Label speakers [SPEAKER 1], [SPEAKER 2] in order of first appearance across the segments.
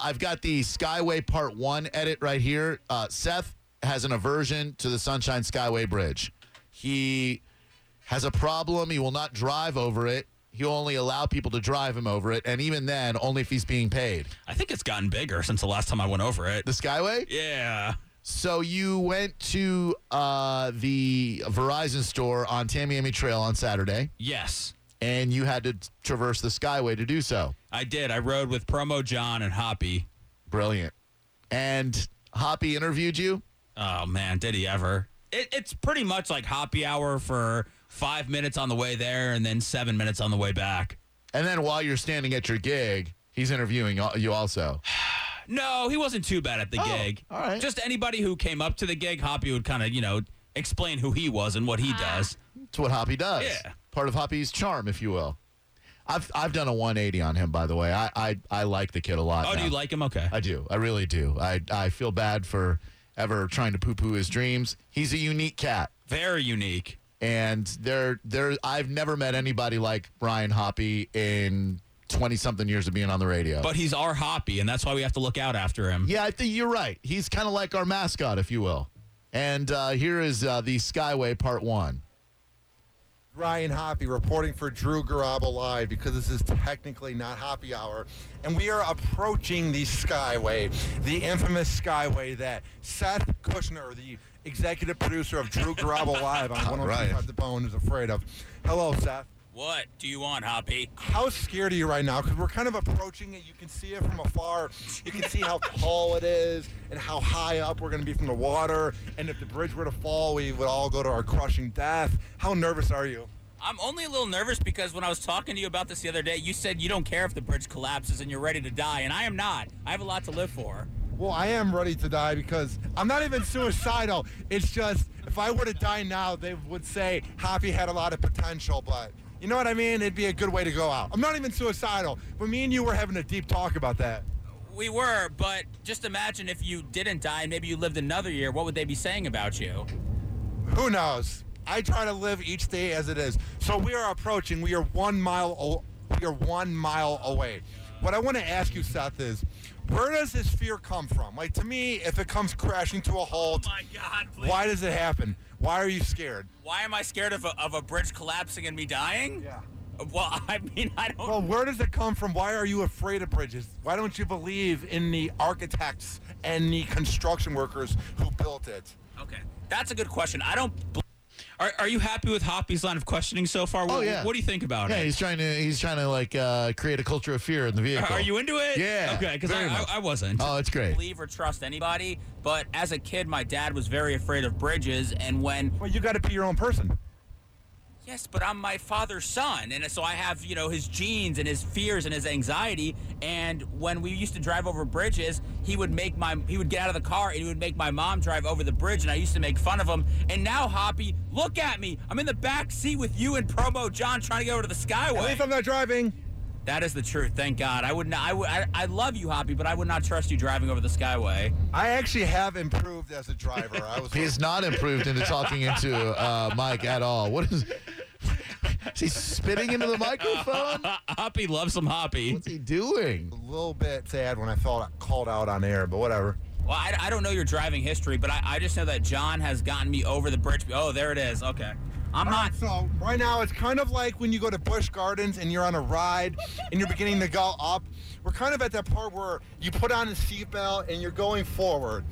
[SPEAKER 1] I've got the Skyway Part 1 edit right here. Uh, Seth has an aversion to the Sunshine Skyway Bridge. He has a problem. He will not drive over it. He'll only allow people to drive him over it, and even then, only if he's being paid.
[SPEAKER 2] I think it's gotten bigger since the last time I went over it.
[SPEAKER 1] The Skyway?
[SPEAKER 2] Yeah.
[SPEAKER 1] So you went to uh, the Verizon store on Tamiami Trail on Saturday,
[SPEAKER 2] Yes.
[SPEAKER 1] and you had to traverse the Skyway to do so.
[SPEAKER 2] I did. I rode with Promo John and Hoppy.
[SPEAKER 1] Brilliant. And Hoppy interviewed you.
[SPEAKER 2] Oh man, did he ever? It, it's pretty much like Hoppy hour for five minutes on the way there and then seven minutes on the way back.
[SPEAKER 1] And then while you're standing at your gig, he's interviewing al- you also.
[SPEAKER 2] No, he wasn't too bad at the
[SPEAKER 1] Oh,
[SPEAKER 2] gig.
[SPEAKER 1] all right.
[SPEAKER 2] Just anybody who came up to the gig, Hoppy would kind of you know explain who he was and what he does.
[SPEAKER 1] It's what Hoppy does.
[SPEAKER 2] Yeah.
[SPEAKER 1] Part of Hoppy's charm, if you will. I've I've done a 180 on him, by the way. I I, I like the kid a lot.
[SPEAKER 2] Oh, do
[SPEAKER 1] now.
[SPEAKER 2] you like him? Okay.
[SPEAKER 1] I do. I really do. I I feel bad for ever trying to poo-poo his dreams. He's a unique cat,
[SPEAKER 2] Very unique.
[SPEAKER 1] and there there I've never met anybody like Brian Hoppy in 20 something years of being on the radio.
[SPEAKER 2] But he's our Hoppy, and that's why we have to look out after him.
[SPEAKER 1] Yeah, I think you're right. He's kind of like our mascot, if you will. And uh, here is uh, the Skyway Part One.
[SPEAKER 3] Ryan Hoppy reporting for Drew Garabo Live because this is technically not Hoppy Hour. And we are approaching the Skyway, the infamous Skyway that Seth Kushner, the executive producer of Drew Garabo Live on
[SPEAKER 1] All
[SPEAKER 3] 105
[SPEAKER 1] right.
[SPEAKER 3] The Bone, is afraid of. Hello, Seth.
[SPEAKER 2] What do you want, Hoppy?
[SPEAKER 3] How scared are you right now? Because we're kind of approaching it. You can see it from afar. You can see how tall it is and how high up we're going to be from the water. And if the bridge were to fall, we would all go to our crushing death. How nervous are you?
[SPEAKER 2] I'm only a little nervous because when I was talking to you about this the other day, you said you don't care if the bridge collapses and you're ready to die, and I am not. I have a lot to live for.
[SPEAKER 3] Well, I am ready to die because I'm not even suicidal. It's just if I were to die now, they would say Hoppy had a lot of potential, but you know what I mean? It'd be a good way to go out. I'm not even suicidal, but me and you were having a deep talk about that.
[SPEAKER 2] We were, but just imagine if you didn't die and maybe you lived another year, what would they be saying about you?
[SPEAKER 3] Who knows? I try to live each day as it is. So we are approaching. We are one mile. O- we are one mile away. What I want to ask you, Seth, is where does this fear come from? Like to me, if it comes crashing to a halt,
[SPEAKER 2] God,
[SPEAKER 3] why does it happen? Why are you scared?
[SPEAKER 2] Why am I scared of a, of a bridge collapsing and me dying? Well, I mean, I don't.
[SPEAKER 3] Well, where does it come from? Why are you afraid of bridges? Why don't you believe in the architects and the construction workers who built it?
[SPEAKER 2] okay. That's a good question. I don't. bl- Are, are you happy with Hoppy's line of questioning so far?
[SPEAKER 1] Oh,
[SPEAKER 2] what,
[SPEAKER 1] yeah.
[SPEAKER 2] What do you think about
[SPEAKER 1] Yeah,
[SPEAKER 2] it?
[SPEAKER 1] he's trying to he's trying to like uh, create a culture of fear in the vehicle.
[SPEAKER 2] Are, are you into it?
[SPEAKER 1] Yeah,
[SPEAKER 2] Okay, because I,
[SPEAKER 1] very
[SPEAKER 2] I,
[SPEAKER 1] much.
[SPEAKER 2] I wasn't.
[SPEAKER 1] Oh, it's great.
[SPEAKER 2] believe or trust anybody, but as a kid, my dad was very afraid of bridges. And when,
[SPEAKER 3] Well, you got to be your own person.
[SPEAKER 2] yes, but I'm my father's son. And so I have, you know, his genes and his fears and his anxiety. And when we used to drive over bridges, he would make my, he would get out of the car and he would make my mom drive over the bridge. And I used to make fun of him. And now, Hoppy, look at me. I'm in the back seat with you and Promo John trying to get over to the
[SPEAKER 3] At
[SPEAKER 2] Skyway.
[SPEAKER 3] least I'm not driving.
[SPEAKER 2] that is the truth. Thank God. I would not, I, would, I, I love you, Hoppy, but I would not trust you driving over the Skyway.
[SPEAKER 3] I actually have improved as a driver. I was.
[SPEAKER 1] He has not improved into talking into uh, Mike at all. What is? Is he spitting into the microphone?
[SPEAKER 2] Hoppy loves some Hoppy.
[SPEAKER 1] What's he doing?
[SPEAKER 3] a little bit sad when I felt called out on air, but whatever.
[SPEAKER 2] Well, I, I don't know your driving history, but I, I just know that John has gotten me over the bridge. Oh, there it is. Okay. I'm not.
[SPEAKER 3] So right now it's kind of like when you go to Busch Gardens and you're on a ride and you're beginning to go up. We're kind of at that part where you put on a seatbelt and you're going forward,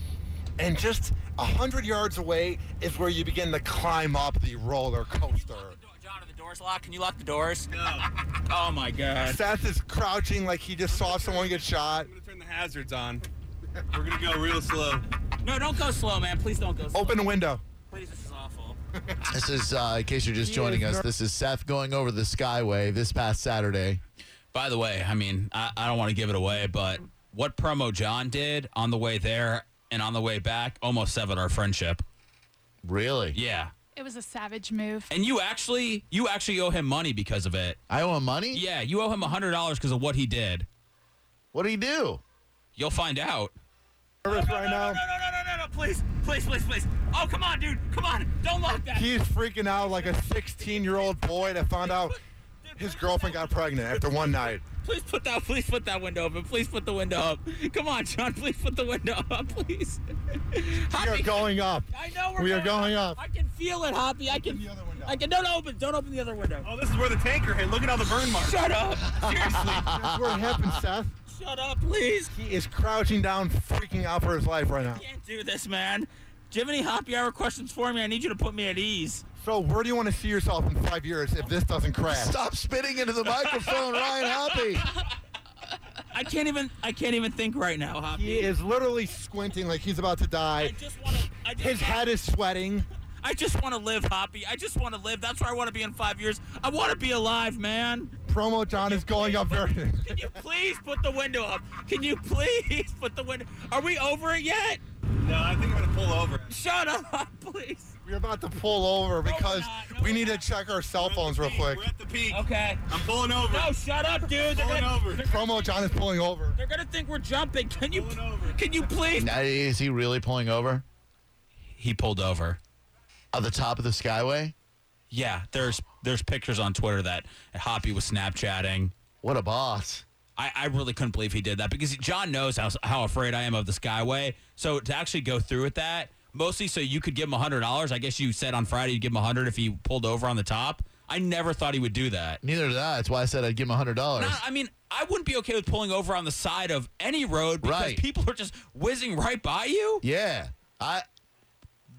[SPEAKER 3] and just a hundred yards away is where you begin to climb up the roller coaster.
[SPEAKER 2] John, are the doors locked? Can you lock the doors? No. oh, my God.
[SPEAKER 3] Seth is crouching like he just saw someone get shot.
[SPEAKER 4] I'm gonna turn the hazards on. We're gonna go real slow. Oh.
[SPEAKER 2] No, don't go slow, man. Please don't go slow.
[SPEAKER 3] Open the window.
[SPEAKER 2] Please, this is awful.
[SPEAKER 1] This is, uh, in case you're just joining us, this is Seth going over the Skyway this past Saturday.
[SPEAKER 2] By the way, I mean, I, I don't want to give it away, but what promo John did on the way there and on the way back almost severed our friendship.
[SPEAKER 1] Really?
[SPEAKER 2] Yeah.
[SPEAKER 5] It was a savage move.
[SPEAKER 2] And you actually, you actually owe him money because of it.
[SPEAKER 1] I owe him money.
[SPEAKER 2] Yeah, you owe him $100 because of what he did.
[SPEAKER 1] What did he do?
[SPEAKER 2] You'll find out.
[SPEAKER 3] Nervous right
[SPEAKER 2] No, no, no,
[SPEAKER 3] now.
[SPEAKER 2] no, no, no, please, please, please, please. Oh, come on, dude. Come on. Don't lock that.
[SPEAKER 3] He's freaking out like a 16-year-old boy that found out
[SPEAKER 2] Dude,
[SPEAKER 3] his girlfriend got pregnant after one night.
[SPEAKER 6] Please put that. Please put that window open. Please put the window up. Come on, John. Please put the window up, please.
[SPEAKER 3] We are
[SPEAKER 6] Hoppy,
[SPEAKER 3] going up.
[SPEAKER 6] I know we're
[SPEAKER 3] we are
[SPEAKER 6] going,
[SPEAKER 3] going up.
[SPEAKER 6] I can feel it, Hoppy. I can.
[SPEAKER 3] the other window.
[SPEAKER 6] I can. Don't open. Don't open the other window.
[SPEAKER 4] Oh, this is where the tanker hit. Look at all the burn marks.
[SPEAKER 6] Shut up.
[SPEAKER 4] Seriously.
[SPEAKER 3] That's where it happened, Seth.
[SPEAKER 6] Shut up, please.
[SPEAKER 3] He is crouching down, freaking out for his life right now.
[SPEAKER 6] Can't do this, man. Do you have any happy hour questions for me? I need you to put me at ease.
[SPEAKER 3] So, where do you want to see yourself in five years if this doesn't crash?
[SPEAKER 1] Stop spitting into the microphone, Ryan Hoppy.
[SPEAKER 6] I can't even. I can't even think right now, Hoppy.
[SPEAKER 3] He is literally squinting like he's about to
[SPEAKER 6] I
[SPEAKER 3] die.
[SPEAKER 6] just want to. I just
[SPEAKER 3] His head is sweating.
[SPEAKER 6] I just want to live, Hoppy. I just want to live. That's where I want to be in five years. I want to be alive, man.
[SPEAKER 3] Promo John is going up very.
[SPEAKER 6] Can you please put the window up? Can you please put the window? Are we over it yet?
[SPEAKER 4] No, I think I'm gonna pull over.
[SPEAKER 6] Shut up, please.
[SPEAKER 3] We're about to pull over because
[SPEAKER 6] not. No,
[SPEAKER 3] we
[SPEAKER 6] we're
[SPEAKER 3] need to
[SPEAKER 6] not.
[SPEAKER 3] check our cell phones
[SPEAKER 4] We're
[SPEAKER 3] real
[SPEAKER 4] at the peak.
[SPEAKER 3] quick.
[SPEAKER 4] We're at the peak.
[SPEAKER 6] Okay.
[SPEAKER 4] I'm pulling over.
[SPEAKER 6] No, shut up, dude. They're
[SPEAKER 4] Pulling
[SPEAKER 6] gonna,
[SPEAKER 4] over.
[SPEAKER 6] They're,
[SPEAKER 3] Promo John is pulling over.
[SPEAKER 6] they're gonna think we're jumping. Can you?
[SPEAKER 4] Pulling over.
[SPEAKER 6] Can you please?
[SPEAKER 1] Now, is he really pulling over?
[SPEAKER 2] He pulled over.
[SPEAKER 1] At the top of the Skyway?
[SPEAKER 2] Yeah, there's there's pictures on Twitter that Hoppy was Snapchatting.
[SPEAKER 1] What a boss.
[SPEAKER 2] I, I really couldn't believe he did that because John knows how how afraid I am of the Skyway. So to actually go through with that, mostly so you could give him hundred dollars. I guess you said on Friday you'd give him hundred if he pulled over on the top. I never thought he would do that.
[SPEAKER 1] Neither did I. That's why I said I'd give him $100.
[SPEAKER 2] Not- I mean, I wouldn't be okay with pulling over on the side of any road because
[SPEAKER 1] Right.
[SPEAKER 2] people are just whizzing right by you.
[SPEAKER 1] Yeah. I,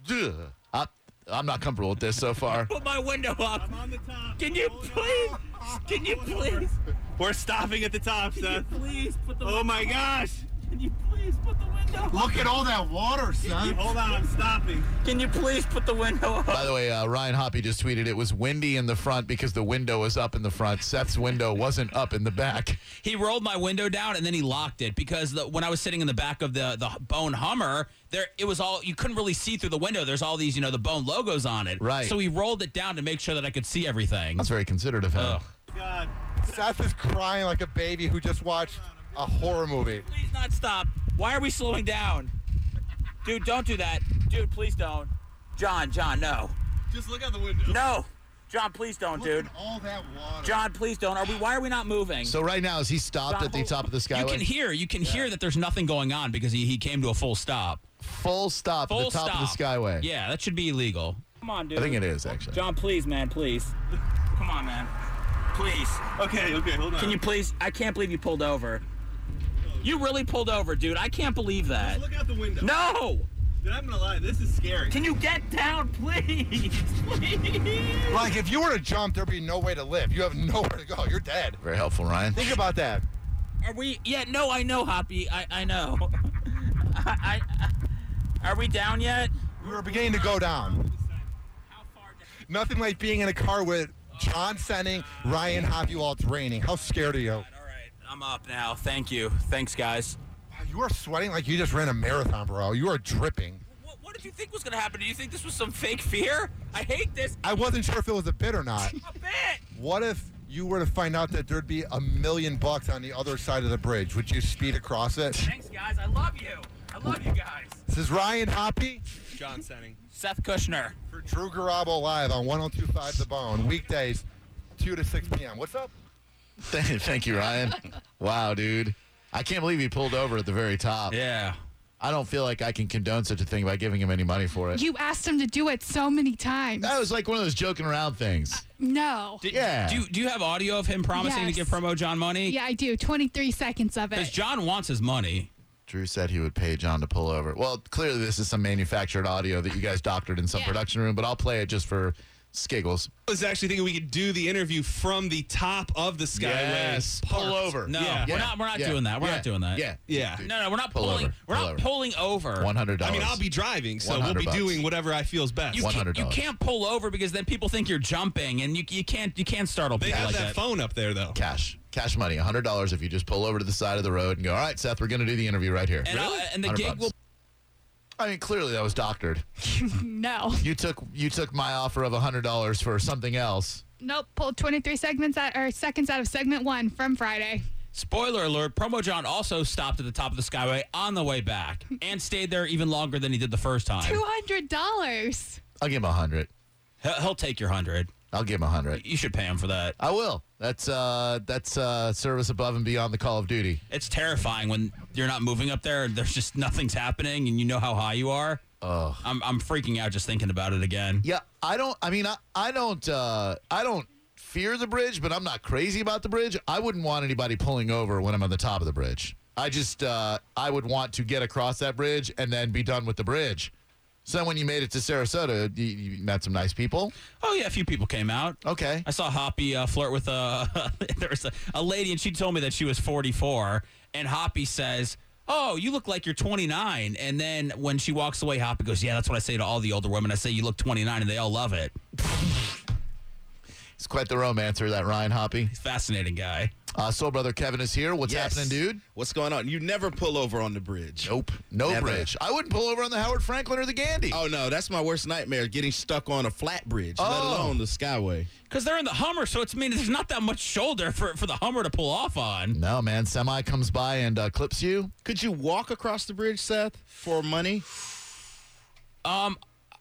[SPEAKER 1] Ugh. I, I'm not comfortable with this so far.
[SPEAKER 6] Put my window up.
[SPEAKER 4] I'm on the top.
[SPEAKER 6] Can you
[SPEAKER 4] Pulling
[SPEAKER 6] please?
[SPEAKER 4] over.
[SPEAKER 6] Can you
[SPEAKER 4] Pulling over.
[SPEAKER 6] please?
[SPEAKER 4] We're stopping at the top,
[SPEAKER 6] Can
[SPEAKER 4] Seth.
[SPEAKER 6] you please put the?
[SPEAKER 4] Oh my gosh.
[SPEAKER 6] Can you please put the window? Up?
[SPEAKER 3] Look at all that water, son.
[SPEAKER 4] Hold on, I'm stopping.
[SPEAKER 6] Can you please put the window up?
[SPEAKER 1] By the way, uh, Ryan Hoppy just tweeted it was windy in the front because the window was up in the front. Seth's window wasn't up in the back.
[SPEAKER 2] He rolled my window down and then he locked it because the, when I was sitting in the back of the the Bone Hummer, there it was all you couldn't really see through the window. There's all these you know the Bone logos on it.
[SPEAKER 1] Right.
[SPEAKER 2] So he rolled it down to make sure that I could see everything.
[SPEAKER 1] That's very considerate of him.
[SPEAKER 2] Ugh.
[SPEAKER 4] God.
[SPEAKER 3] Seth is crying like a baby who just watched a horror movie.
[SPEAKER 6] Please not stop. Why are we slowing down? Dude, don't do that. Dude, please don't. John, John, no.
[SPEAKER 4] Just look out the window.
[SPEAKER 6] No. John, please don't, dude.
[SPEAKER 3] all that water.
[SPEAKER 6] John, please don't. Are we why are we not moving?
[SPEAKER 1] So right now, is he stopped at the top of the
[SPEAKER 2] You
[SPEAKER 1] Skyway?
[SPEAKER 2] can hear you can hear that there's nothing going on because he, he came to a full stop.
[SPEAKER 1] Full stop
[SPEAKER 2] Full
[SPEAKER 1] at the top of
[SPEAKER 2] stop.
[SPEAKER 1] the Skyway.
[SPEAKER 2] Yeah, that should be illegal.
[SPEAKER 6] Come on, dude.
[SPEAKER 1] I think it is, actually.
[SPEAKER 6] John, please, man, please. Come on, man. Please.
[SPEAKER 4] Okay, okay, hold on.
[SPEAKER 6] Can you please I can't believe you pulled over. You really pulled over, dude. I can't believe that.
[SPEAKER 4] look out the window?
[SPEAKER 6] No!
[SPEAKER 4] Dude, I'm gonna lie, this is scary.
[SPEAKER 6] Can you get down, please? Please.
[SPEAKER 3] Like, if you were to jump, there'd be no way to live. You have nowhere to go. You're dead.
[SPEAKER 1] Very helpful, Ryan.
[SPEAKER 3] Think about that.
[SPEAKER 6] Are we? Yeah, no, I know, Hoppy. I, I know. I, I, are we down yet?
[SPEAKER 3] We were beginning to go down.
[SPEAKER 6] How far down?
[SPEAKER 3] Nothing like being in a car with John sending Ryan Hoppy while it's raining. How scared are you?
[SPEAKER 6] All right, I'm up now. Thank you. Thanks, guys.
[SPEAKER 3] You are sweating like you just ran a marathon, bro. You are dripping.
[SPEAKER 6] What, what did you think was gonna happen? Did you think this was some fake fear? I hate this
[SPEAKER 3] I wasn't sure if it was a bit or not.
[SPEAKER 6] a bit.
[SPEAKER 3] What if you were to find out that there'd be a million bucks on the other side of the bridge? Would you speed across it?
[SPEAKER 6] Thanks, guys. I love you. I love you guys.
[SPEAKER 3] This is Ryan Hoppy
[SPEAKER 4] John Senning.
[SPEAKER 6] Seth Kushner.
[SPEAKER 3] for Drew Garabo Live on 1025 The Bone, weekdays, 2 to 6 p.m. What's up?
[SPEAKER 1] Thank thank you, Ryan. wow, dude. I can't believe he pulled over at the very top.
[SPEAKER 2] Yeah.
[SPEAKER 1] I don't feel like I can condone such a thing by giving him any money for it.
[SPEAKER 5] You asked him to do it so many times.
[SPEAKER 1] that was like one of those joking around things.
[SPEAKER 2] Uh,
[SPEAKER 5] No.
[SPEAKER 2] Did-
[SPEAKER 1] Yeah.
[SPEAKER 2] Do you, do you have audio of him promising
[SPEAKER 5] Yes.
[SPEAKER 2] to give promo John money?
[SPEAKER 5] yeah, I do. 23 seconds of
[SPEAKER 2] Because
[SPEAKER 5] it.
[SPEAKER 2] John wants his money.
[SPEAKER 1] Drew said he would pay John to pull over. Well, clearly this is some manufactured audio that you guys doctored in some
[SPEAKER 5] Yeah.
[SPEAKER 1] production room, but I'll play it just for skiggles.
[SPEAKER 4] I was actually thinking we could do the interview from the top of the Skyway.
[SPEAKER 1] Yes. Pull
[SPEAKER 4] parked.
[SPEAKER 1] over.
[SPEAKER 2] No,
[SPEAKER 4] Yeah.
[SPEAKER 2] we're not. We're not doing that. We're
[SPEAKER 1] Yeah.
[SPEAKER 2] not doing that.
[SPEAKER 1] Yeah.
[SPEAKER 4] Yeah.
[SPEAKER 2] No, no, we're not
[SPEAKER 1] Pull
[SPEAKER 2] pulling.
[SPEAKER 1] over.
[SPEAKER 2] We're
[SPEAKER 1] Pull
[SPEAKER 2] not
[SPEAKER 1] over.
[SPEAKER 2] pulling over.
[SPEAKER 1] One hundred dollars.
[SPEAKER 4] I mean, I'll be driving, so we'll
[SPEAKER 1] 100
[SPEAKER 4] be
[SPEAKER 1] bucks.
[SPEAKER 4] doing whatever I feels best.
[SPEAKER 2] You can't, you
[SPEAKER 1] $100.
[SPEAKER 2] can't pull over because then people think you're jumping, and you, you can't you can't startle
[SPEAKER 4] they
[SPEAKER 2] people
[SPEAKER 4] have
[SPEAKER 2] like
[SPEAKER 4] that,
[SPEAKER 2] that.
[SPEAKER 4] phone up there, though.
[SPEAKER 1] cash, cash money, hundred dollars if you just pull over to the side of the road and go. All right, Seth, we're going to do the interview right here.
[SPEAKER 2] And, I'll- and the
[SPEAKER 1] 100
[SPEAKER 2] gig
[SPEAKER 1] bucks.
[SPEAKER 2] will.
[SPEAKER 1] I mean, clearly that was doctored.
[SPEAKER 5] no.
[SPEAKER 1] You took you took my offer of hundred dollars for something else.
[SPEAKER 5] Nope. Pulled 23 segments out or seconds out of segment one from Friday.
[SPEAKER 2] Spoiler alert: Promo John also stopped at the top of the Skyway on the way back and stayed there even longer than he did the first time.
[SPEAKER 5] $200.
[SPEAKER 1] I'll give him a hundred.
[SPEAKER 2] He'll, he'll take your hundred.
[SPEAKER 1] I'll give him a hundred.
[SPEAKER 2] You should pay him for that.
[SPEAKER 1] I will. That's uh, that's uh, service above and beyond the call of duty.
[SPEAKER 2] It's terrifying when you're not moving up there. There's just nothing's happening, and you know how high you are. Oh, I'm I'm freaking out just thinking about it again.
[SPEAKER 1] Yeah, I don't. I mean, I, I don't. Uh, I don't fear the bridge, but I'm not crazy about the bridge. I wouldn't want anybody pulling over when I'm on the top of the bridge. I just. Uh, I would want to get across that bridge and then be done with the bridge. So then when you made it to Sarasota, you, you met some nice people.
[SPEAKER 2] Oh yeah, a few people came out.
[SPEAKER 1] Okay.
[SPEAKER 2] I saw Hoppy uh, flirt with a there was a, a lady, and she told me that she was 44. And Hoppy says, "Oh, you look like you're 29." And then when she walks away, Hoppy goes, "Yeah, that's what I say to all the older women. I say you look 29, and they all love it."
[SPEAKER 1] It's quite the romancer, that Ryan Hoppy.
[SPEAKER 2] Fascinating guy.
[SPEAKER 1] Uh, Soul Brother Kevin is here. What's
[SPEAKER 7] Yes.
[SPEAKER 1] happening, dude?
[SPEAKER 7] What's going on? You never pull over on the bridge.
[SPEAKER 1] Nope. No
[SPEAKER 7] Never.
[SPEAKER 1] bridge. I wouldn't pull over on the Howard Franklin or the Gandhi.
[SPEAKER 7] Oh no, that's my worst nightmare: getting stuck on a flat bridge, let
[SPEAKER 1] Oh.
[SPEAKER 7] alone the Skyway.
[SPEAKER 2] Because they're in the Hummer, so it's I mean there's not that much shoulder for, for the Hummer to pull off on.
[SPEAKER 1] No, man. Semi comes by and uh, clips you.
[SPEAKER 7] Could you walk across the bridge, Seth, for money?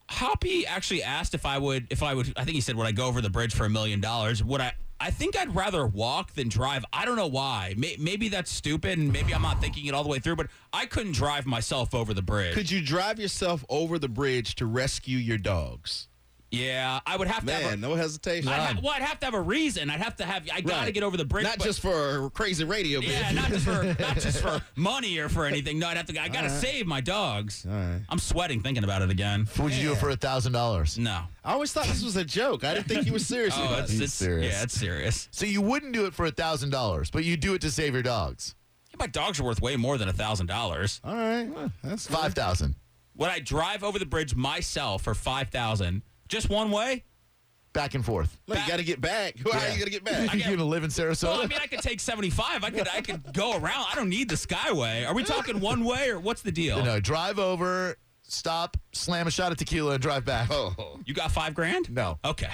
[SPEAKER 2] Hoppy actually asked if I would if I would I think he said would I go over the bridge for a million dollars? Would I? I think I'd rather walk than drive. I don't know why. May, maybe that's stupid, and maybe I'm not thinking it all the way through. But I couldn't drive myself over the bridge.
[SPEAKER 7] Could you drive yourself over the bridge to rescue your dogs?
[SPEAKER 2] yeah, I would have to. have
[SPEAKER 7] Man,
[SPEAKER 2] a,
[SPEAKER 7] no hesitation.
[SPEAKER 2] I'd ha- well, I'd have to have a reason. I'd have to have. I gotta
[SPEAKER 7] Right.
[SPEAKER 2] get over the bridge.
[SPEAKER 7] Not
[SPEAKER 2] but-
[SPEAKER 7] just for crazy radio. Man.
[SPEAKER 2] Yeah, not just for not just for money or for anything. No, I'd have to. I gotta save my dogs.
[SPEAKER 7] right.
[SPEAKER 2] I'm sweating thinking about it again.
[SPEAKER 1] What would you do for a thousand dollars?
[SPEAKER 2] No.
[SPEAKER 7] I always thought this was a joke. I didn't think you were serious.
[SPEAKER 2] Oh,
[SPEAKER 7] about
[SPEAKER 2] it's,
[SPEAKER 7] it.
[SPEAKER 2] it's
[SPEAKER 1] serious.
[SPEAKER 2] yeah, it's serious.
[SPEAKER 1] So you wouldn't do it for a thousand dollars, but you do it to save your dogs.
[SPEAKER 2] Yeah, My dogs are worth way more than a thousand dollars.
[SPEAKER 7] All right, well, that's
[SPEAKER 1] Five thousand.
[SPEAKER 2] Would I drive over the bridge myself for five thousand, just one way?
[SPEAKER 1] Back and forth.
[SPEAKER 7] Well, you got to get back. How are you gonna get back?
[SPEAKER 1] you gonna live in
[SPEAKER 2] Well, I
[SPEAKER 1] Sarasota?
[SPEAKER 2] mean, I could take seventy-five. I could, I could go around. I don't need the Skyway. Are we talking one way or what's the deal?
[SPEAKER 1] no, drive over, stop, slam a shot of tequila, and drive back.
[SPEAKER 7] Oh,
[SPEAKER 2] You got five grand?
[SPEAKER 1] No.
[SPEAKER 2] Okay.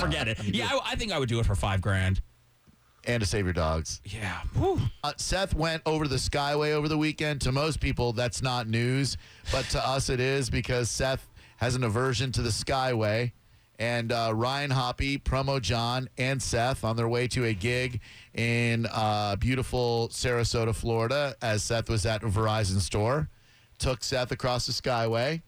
[SPEAKER 2] Forget it. Yeah, I, I think I would do it for five grand.
[SPEAKER 1] And to save your dogs.
[SPEAKER 2] Yeah. Whew.
[SPEAKER 1] Uh, Seth went over the Skyway over the weekend. To most people, that's not news, but to us, it is because Seth has an aversion to the Skyway. And uh, Ryan Hoppy, Promo John, and Seth on their way to a gig in uh, beautiful Sarasota, Florida, as Seth was at a Verizon store, took Seth across the Skyway.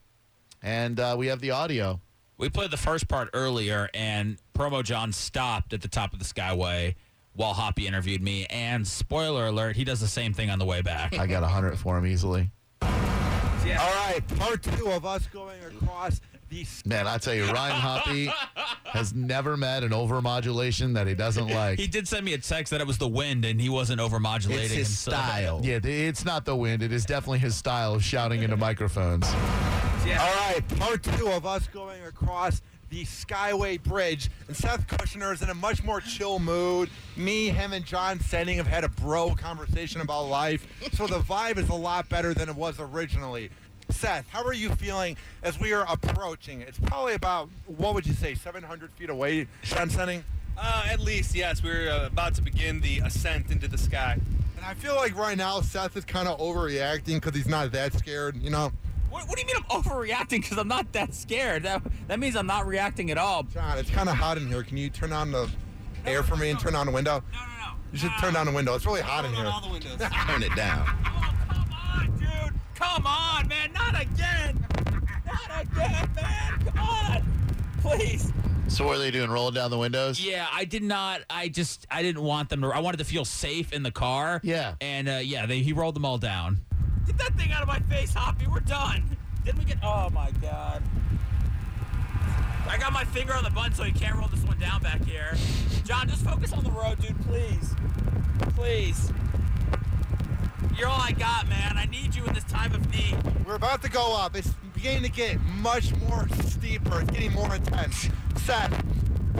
[SPEAKER 1] And uh, we have the audio.
[SPEAKER 2] We played the first part earlier, and Promo John stopped at the top of the Skyway while Hoppy interviewed me. And spoiler alert, he does the same thing on the way back.
[SPEAKER 1] I got 100 for him easily.
[SPEAKER 3] All right, part two of us going across the
[SPEAKER 1] Man, I tell you, Ryan Hoppy has never met an overmodulation that he doesn't like.
[SPEAKER 2] He did send me a text that it was the wind, and he wasn't overmodulating.
[SPEAKER 7] it's his
[SPEAKER 2] himself.
[SPEAKER 7] style.
[SPEAKER 1] Yeah, th- it's not the wind. It is definitely his style of shouting into microphones.
[SPEAKER 3] All right, part two of us going across the Skyway Bridge. And Seth Kushner is in a much more chill mood. Me, him, and John Senning have had a bro conversation about life. So the vibe is a lot better than it was originally. Seth, how are you feeling as we are approaching? It's probably about, what would you say, 700 feet away, John Senning?
[SPEAKER 8] Uh, at least, yes. We're uh, about to begin the ascent into the sky.
[SPEAKER 3] And I feel like right now Seth is kind of overreacting because he's not that scared, you know?
[SPEAKER 2] What, what do you mean I'm overreacting? Because I'm not that scared. That, that means I'm not reacting at all.
[SPEAKER 3] John, it's kind of hot in here. Can you turn on the air for me and turn on the window?
[SPEAKER 2] No, no, no.
[SPEAKER 3] You should turn down the window. It's really hot in here.
[SPEAKER 8] the windows.
[SPEAKER 7] Turn it down.
[SPEAKER 2] Oh, come on, dude. Come on, man. Not again. Not again, man. Come on. Please.
[SPEAKER 1] So what are they doing? Rolling down the windows?
[SPEAKER 2] Yeah, I did not. I just, I didn't want them to. I wanted to feel safe in the car.
[SPEAKER 1] Yeah.
[SPEAKER 2] And uh, yeah, they, he rolled them all down. Get that thing out of my face, Hoppy. We're done. Didn't we get. Oh, my God. I got my finger on the button so he can't roll this one down back here. John, just focus on the road, dude, please. Please. You're all I got, man. I need you in this time of need.
[SPEAKER 3] We're about to go up. It's beginning to get much more steeper. It's getting more intense. Seth,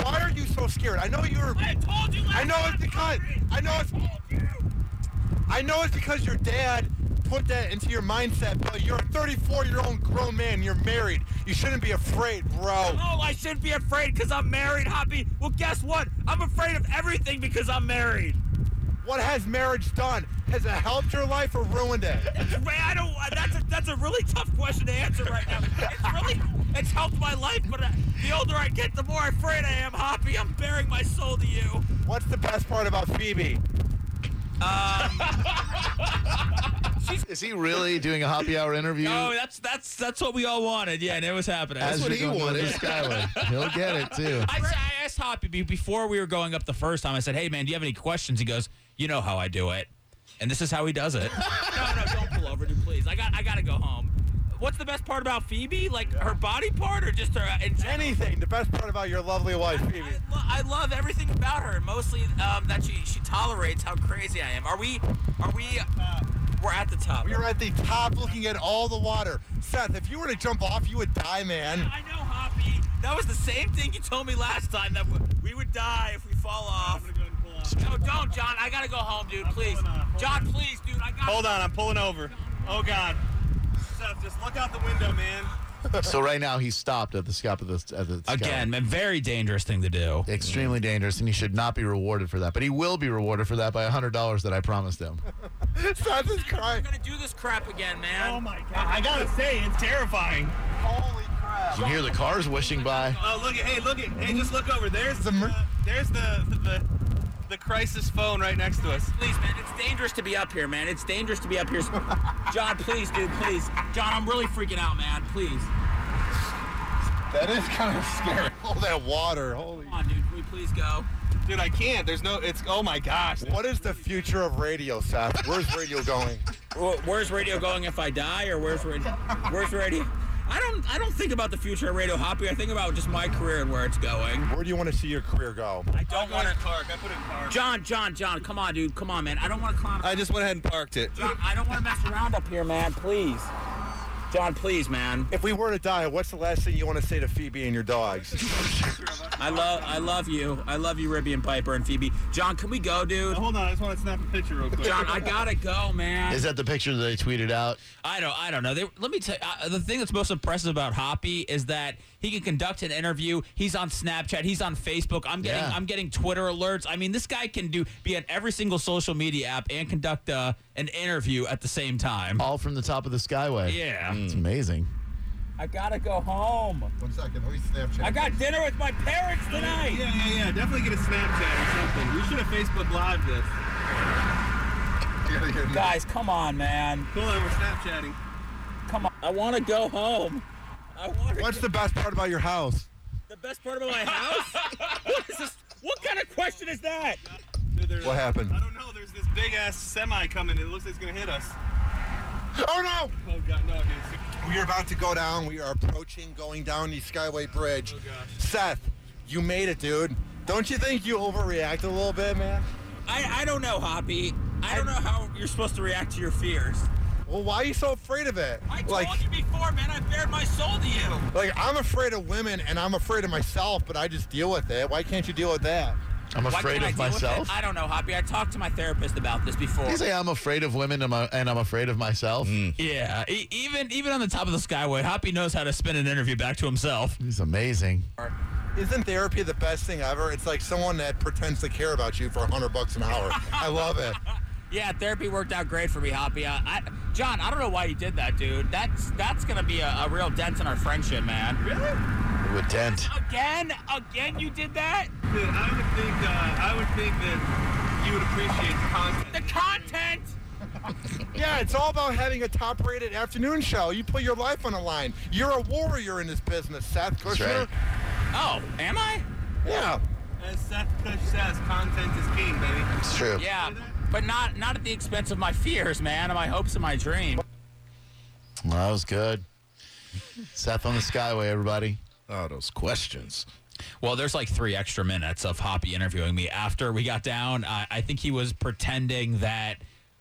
[SPEAKER 3] why are you so scared? I know you're.
[SPEAKER 2] I told you last
[SPEAKER 3] I know it's because. I know it's. I know it's because your dad put that into your mindset, but you're a 34 year old grown man. You're married. You shouldn't be afraid, bro.
[SPEAKER 2] Oh, I should be afraid because I'm married, Hoppy. Well, guess what? I'm afraid of everything because I'm married.
[SPEAKER 3] What has marriage done? Has it helped your life or ruined it?
[SPEAKER 6] Man, I don't. uh, That's a, that's a really tough question to answer right now. It's really it's helped my life, but uh, the older I get, the more afraid I am. Hoppy, I'm bearing my soul to you.
[SPEAKER 3] What's the best part about Phoebe?
[SPEAKER 1] Is he really doing a happy hour interview?
[SPEAKER 2] Oh, that's that's that's what we all wanted. Yeah, and it was happening.
[SPEAKER 1] That's what
[SPEAKER 2] we
[SPEAKER 1] he wanted, Skyway. He'll get it too.
[SPEAKER 2] I, I asked Hoppy be- before we were going up the first time. I said, "Hey, man, do you have any questions?" He goes, "You know how I do it, and this is how he does it."
[SPEAKER 6] No, no, don't pull over, dude. Please, I got I gotta go home. What's the best part about Phoebe? Like her body part, or just her? Uh, in general?
[SPEAKER 3] Anything. The best part about your lovely wife,
[SPEAKER 6] I,
[SPEAKER 3] Phoebe.
[SPEAKER 6] lo- I love everything about her, mostly um, that she she tolerates how crazy I am. Are we? Are we? Uh, we're at the top.
[SPEAKER 3] We are at the top looking at all the water. Seth, if you were to jump off, you would die, man.
[SPEAKER 6] I know, Hoppy. That was the same thing you told me last time that w- we would die if we fall off. uh, No, don't, John. I gotta go home, dude. Please,
[SPEAKER 8] pulling off. Hold
[SPEAKER 6] John. Please, dude. I got.
[SPEAKER 8] Hold on, I'm pulling over. Oh God. Seth, just look out the window, man.
[SPEAKER 1] So right now he stopped at the stop of the at the Skyway.
[SPEAKER 2] Again, man, very dangerous thing to do.
[SPEAKER 1] Extremely dangerous, and he should not be rewarded for that. But he will be rewarded for that by hundred dollars that I promised him.
[SPEAKER 3] Seth is
[SPEAKER 6] We're
[SPEAKER 3] crying.
[SPEAKER 6] gonna do this crap again, man.
[SPEAKER 8] Oh my God. I gotta say, it's terrifying.
[SPEAKER 3] Holy crap.
[SPEAKER 1] You can hear the cars whooshing by.
[SPEAKER 8] Oh look at, hey, look at, hey, just look over. There's
[SPEAKER 3] The
[SPEAKER 8] the,
[SPEAKER 3] mer-
[SPEAKER 8] there's the, the the the crisis phone right next to us.
[SPEAKER 6] Please, man, it's dangerous to be up here, man. It's dangerous to be up here. John, please, dude, please. John, I'm really freaking out, man. Please.
[SPEAKER 3] That is kind of scary. All that water. Holy.
[SPEAKER 6] Come on, dude. Can we please go?
[SPEAKER 8] Dude, I can't. There's no. It's. Oh my gosh.
[SPEAKER 3] What is the future of radio, Seth? Where's radio going?
[SPEAKER 6] Wh- Where's radio going if I die, or where's radio? Where's radio? I don't. I don't think about the future of Radio Hoppy. I think about just my career and where it's going.
[SPEAKER 3] Where do you want to see your career go?
[SPEAKER 6] I don't want to.
[SPEAKER 8] park. I put it in park.
[SPEAKER 6] John, John, John, come on, dude. Come on, man. I don't want to climb.
[SPEAKER 8] I just went ahead and parked it.
[SPEAKER 6] John, I don't want to mess around up here, man. Please. John, please, man.
[SPEAKER 3] If we were to die, what's the last thing you want to say to Phoebe and your dogs?
[SPEAKER 6] I love I love you. I love you, Ribby and Piper and Phoebe. John, can we go, dude?
[SPEAKER 8] Hold on, I just want to snap a picture real quick.
[SPEAKER 6] John, I gotta go, man.
[SPEAKER 1] Is that the picture that they tweeted out?
[SPEAKER 2] I don't. I don't know. They, let me tell you, uh, the thing that's most impressive about Hoppy is that he can conduct an interview. He's on Snapchat. He's on Facebook. I'm getting.
[SPEAKER 1] Yeah.
[SPEAKER 2] I'm getting Twitter alerts. I mean, this guy can do be on every single social media app and conduct uh, an interview at the same time.
[SPEAKER 1] All from the top of the Skyway.
[SPEAKER 2] Yeah.
[SPEAKER 1] it's amazing.
[SPEAKER 6] I gotta go home.
[SPEAKER 3] One second, let me Snapchat.
[SPEAKER 6] I got dinner with my parents
[SPEAKER 8] Yeah,
[SPEAKER 6] tonight.
[SPEAKER 8] yeah, yeah. Definitely get a Snapchat or something. We should have Facebook Live this.
[SPEAKER 6] Guys, come on, man.
[SPEAKER 8] Hold on, we're Snapchatting.
[SPEAKER 6] Come on. I wanna go home. I wanna
[SPEAKER 3] What's the best part about your house?
[SPEAKER 6] the best part about my house? what is this? What kind of question is that?
[SPEAKER 8] Dude, there's-
[SPEAKER 3] What happened?
[SPEAKER 8] I don't know. There's this big ass semi coming. It looks like it's gonna hit us.
[SPEAKER 3] Oh no!
[SPEAKER 8] Oh god, no, dude.
[SPEAKER 3] We are about to go down. We are approaching going down the Skyway Bridge.
[SPEAKER 8] Oh, gosh.
[SPEAKER 3] Seth, you made it, dude. Don't you think you overreacted a little bit, man?
[SPEAKER 6] I, I don't know, Hoppy. I don't know how you're supposed to react to your fears.
[SPEAKER 3] Well, why are you so afraid of it?
[SPEAKER 6] I told
[SPEAKER 3] like,
[SPEAKER 6] you before, man. I bared my soul to you.
[SPEAKER 3] like I'm afraid of women and I'm afraid of myself, but I just deal with it. Why can't you deal with that?
[SPEAKER 1] I'm
[SPEAKER 6] Why
[SPEAKER 1] afraid
[SPEAKER 6] can't I
[SPEAKER 1] of
[SPEAKER 6] deal with
[SPEAKER 1] myself.
[SPEAKER 6] it? I don't know, Hoppy. I talked to my therapist about this before.
[SPEAKER 1] Did you say I'm afraid of women and my- and I'm afraid of myself?
[SPEAKER 2] Yeah. E- even even on the top of the Skyway, Hoppy knows how to spin an interview back to himself.
[SPEAKER 1] He's amazing.
[SPEAKER 3] Isn't therapy the best thing ever? It's like someone that pretends to care about you for 100 bucks an hour. I love it.
[SPEAKER 6] Yeah, therapy worked out great for me, Hoppy. I, I, John, I don't know why you did that, dude. That's that's gonna be a, a real dent in our friendship, man.
[SPEAKER 8] Really?
[SPEAKER 1] With Dent.
[SPEAKER 6] Again, again, you did that.
[SPEAKER 8] Dude, I would think. Uh, I would think that you would appreciate the content.
[SPEAKER 6] The content.
[SPEAKER 3] Yeah, it's all about having a top-rated afternoon show. You put your life on the line. You're a warrior in this business, Seth
[SPEAKER 1] That's
[SPEAKER 3] Kushner.
[SPEAKER 1] right.
[SPEAKER 6] Oh, am I?
[SPEAKER 3] Yeah.
[SPEAKER 8] As Seth Kush says, content is king, baby.
[SPEAKER 1] It's true.
[SPEAKER 6] Yeah, but not not at the expense of my fears, man, and my hopes and my dreams.
[SPEAKER 1] Well, that was good. Seth on the Skyway, everybody.
[SPEAKER 7] Oh, those questions.
[SPEAKER 2] Well, there's like three extra minutes of Hoppy interviewing me after we got down. I, I think he was pretending that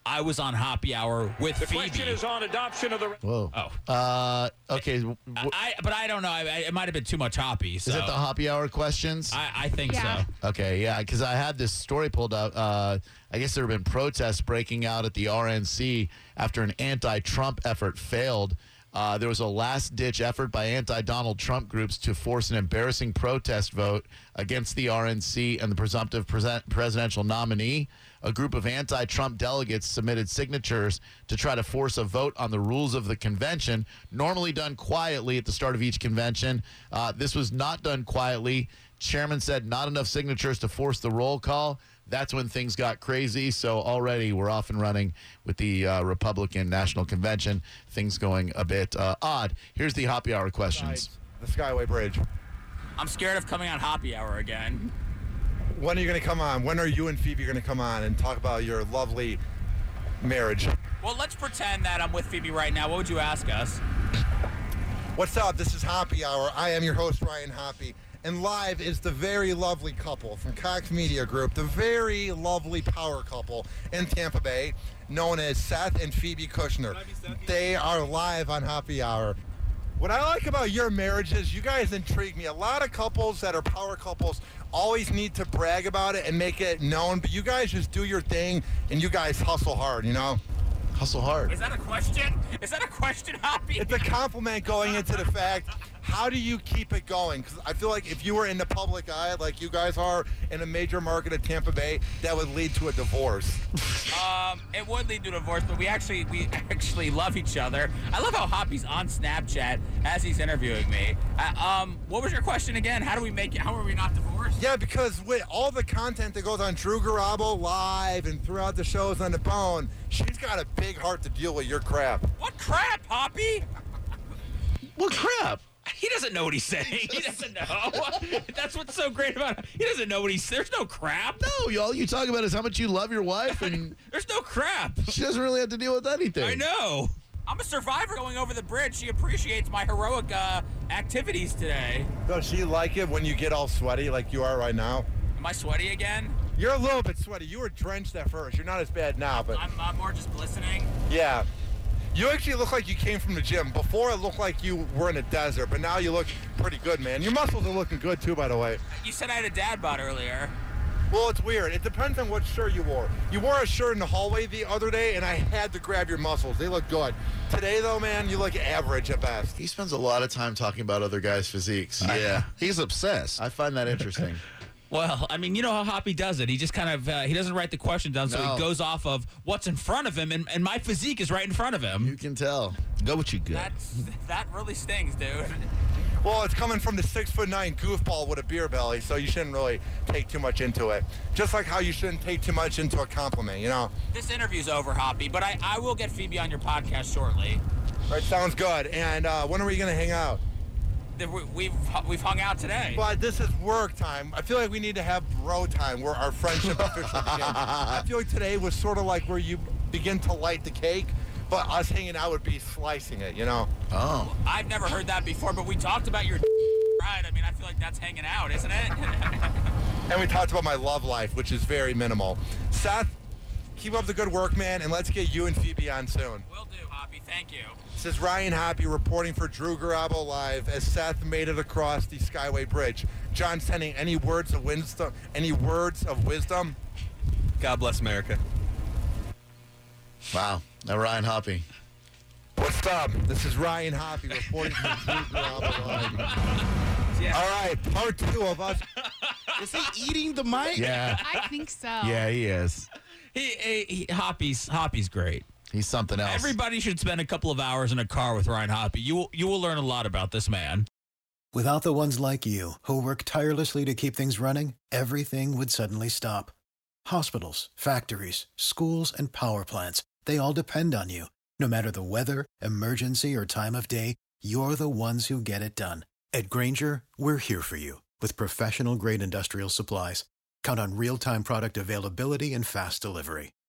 [SPEAKER 2] I was on Hoppy Hour with Phoebe.
[SPEAKER 9] on adoption of the.
[SPEAKER 1] Whoa.
[SPEAKER 2] Oh.
[SPEAKER 1] Uh, okay. w- w-
[SPEAKER 2] I, but I don't know. I, I- it might have been too much Hoppy. So
[SPEAKER 1] Is it the happy hour questions?
[SPEAKER 2] I, I think
[SPEAKER 5] Yeah.
[SPEAKER 2] so.
[SPEAKER 1] Okay, yeah, because I had this story pulled up. Uh, I guess there have been protests breaking out at the RNC after an anti Trump effort failed. Uh, there was a last ditch effort by anti Donald Trump groups to force an embarrassing protest vote against the RNC and the presumptive present presidential nominee. A group of anti Trump delegates submitted signatures to try to force a vote on the rules of the convention, normally done quietly at the start of each convention. Uh, this was not done quietly. Chairman said not enough signatures to force the roll call. That's when things got crazy. So already we're off and running with the uh, Republican National Convention. Things going a bit uh, odd. Here's the happy hour questions.
[SPEAKER 3] The Skyway Bridge.
[SPEAKER 6] I'm scared of coming on Hoppy Hour again.
[SPEAKER 3] When are you going to come on? When are you and Phoebe going to come on and talk about your lovely marriage?
[SPEAKER 6] Well, let's pretend that I'm with Phoebe right now. What would you ask us?
[SPEAKER 3] What's up? This is Hoppy Hour. I am your host, Ryan Hoppy. And live is the very lovely couple from Cox Media Group, the very lovely power couple in Tampa Bay, known as Seth and Phoebe Kushner. They are live on Hoppy Hour. What I like about your marriage is you guys intrigue me. A lot of couples that are power couples always need to brag about it and make it known, but you guys just do your thing and you guys hustle hard, you know?
[SPEAKER 1] Hustle hard.
[SPEAKER 6] Is that a question? Is that a question, Hoppy?
[SPEAKER 3] it's a compliment going into the fact. How do you keep it going? Because I feel like if you were in the public eye, like you guys are in a major market of Tampa Bay, that would lead to a divorce.
[SPEAKER 6] Um, it would lead to divorce, but we actually we actually love each other. I love how Hoppy's on Snapchat as he's interviewing me. I, um, what was your question again? How do we make it? How are we not divorced?
[SPEAKER 3] Yeah, because with all the content that goes on Drew Garabo live and throughout the shows on the phone, she's got a big heart to deal with your crap.
[SPEAKER 6] What crap, Hoppy?
[SPEAKER 2] Well, crap. He doesn't know what he's saying. He doesn't know. That's what's so great about it. He doesn't know what he's. There's no crap.
[SPEAKER 1] No, you- all Oh, you talk about is how much you love your wife, and
[SPEAKER 2] There's no crap.
[SPEAKER 1] she doesn't really have to deal with anything.
[SPEAKER 2] I know.
[SPEAKER 6] I'm a survivor going over the bridge. She appreciates my heroic uh, activities today.
[SPEAKER 3] Does she like it when you get all sweaty like you are right now?
[SPEAKER 6] Am I sweaty again?
[SPEAKER 3] You're a little bit sweaty. You were drenched at first. You're not as bad now, but
[SPEAKER 6] I'm, I'm more just glistening.
[SPEAKER 3] yeah. You actually look like you came from the gym. Before it looked like you were in a desert, but now you look pretty good, man. Your muscles are looking good too, by the way.
[SPEAKER 6] You said I had a dad bod earlier.
[SPEAKER 3] Well, it's weird. It depends on what shirt you wore. You wore a shirt in the hallway the other day, and I had to grab your muscles. They look good. Today, though, man, you look average at best.
[SPEAKER 1] He spends a lot of time talking about other guys' physiques. Yeah, he's obsessed. I find that interesting.
[SPEAKER 2] Well, I mean, you know how Hoppy does it. He just kind of uh, he doesn't write the question down, so
[SPEAKER 1] No.
[SPEAKER 2] he goes off of what's in front of him, and, and my physique is right in front of him.
[SPEAKER 1] you can tell.
[SPEAKER 7] Go what you got.
[SPEAKER 6] That's that really stings, dude.
[SPEAKER 3] Well, it's coming from the six foot nine goofball with a beer belly, so you shouldn't really take too much into it. Just like how you shouldn't take too much into a compliment, you know?
[SPEAKER 6] This interview's over, Hoppy, but I, I will get Phoebe on your podcast shortly.
[SPEAKER 3] Right? Sounds good. And uh, when are we gonna hang out?
[SPEAKER 6] that we- We've we've hung out today.
[SPEAKER 3] But this is work time. I feel like we need to have bro time where our friendship officially begins. I feel like today was sort of like where you begin to light the cake, but us hanging out would be slicing it, you know?
[SPEAKER 1] Oh,
[SPEAKER 6] I've never heard that before, but we talked about your right. I mean, I feel like that's hanging out, isn't it?
[SPEAKER 3] And we talked about my love life, which is very minimal. Seth, keep up the good work, man, and let's get you and Phoebe on soon.
[SPEAKER 6] Will do, Hoppy. Thank you.
[SPEAKER 3] This is Ryan Hoppy reporting for Drew Garabo Live as Seth made it across the Skyway Bridge. John sending any words of wisdom any words of wisdom?
[SPEAKER 8] God bless America.
[SPEAKER 1] wow. Now Ryan Hoppy.
[SPEAKER 3] What's up? This is Ryan Hoppy reporting from Drew Garabo Live. All right, part two of us.
[SPEAKER 7] Is he eating the mic?
[SPEAKER 1] Yeah,
[SPEAKER 5] I think so.
[SPEAKER 1] yeah, he is.
[SPEAKER 2] He, he, he Hoppy's Hoppy's great.
[SPEAKER 1] He's something else.
[SPEAKER 2] Everybody should spend a couple of hours in a car with Ryan Hoppy. You will, you will learn a lot about this man.
[SPEAKER 9] Without the ones like you, who work tirelessly to keep things running, everything would suddenly stop. Hospitals, factories, schools, and power plants, they all depend on you. No matter the weather, emergency, or time of day, you're the ones who get it done. At Granger, we're here for you with professional grade industrial supplies. Count on real time product availability and fast delivery.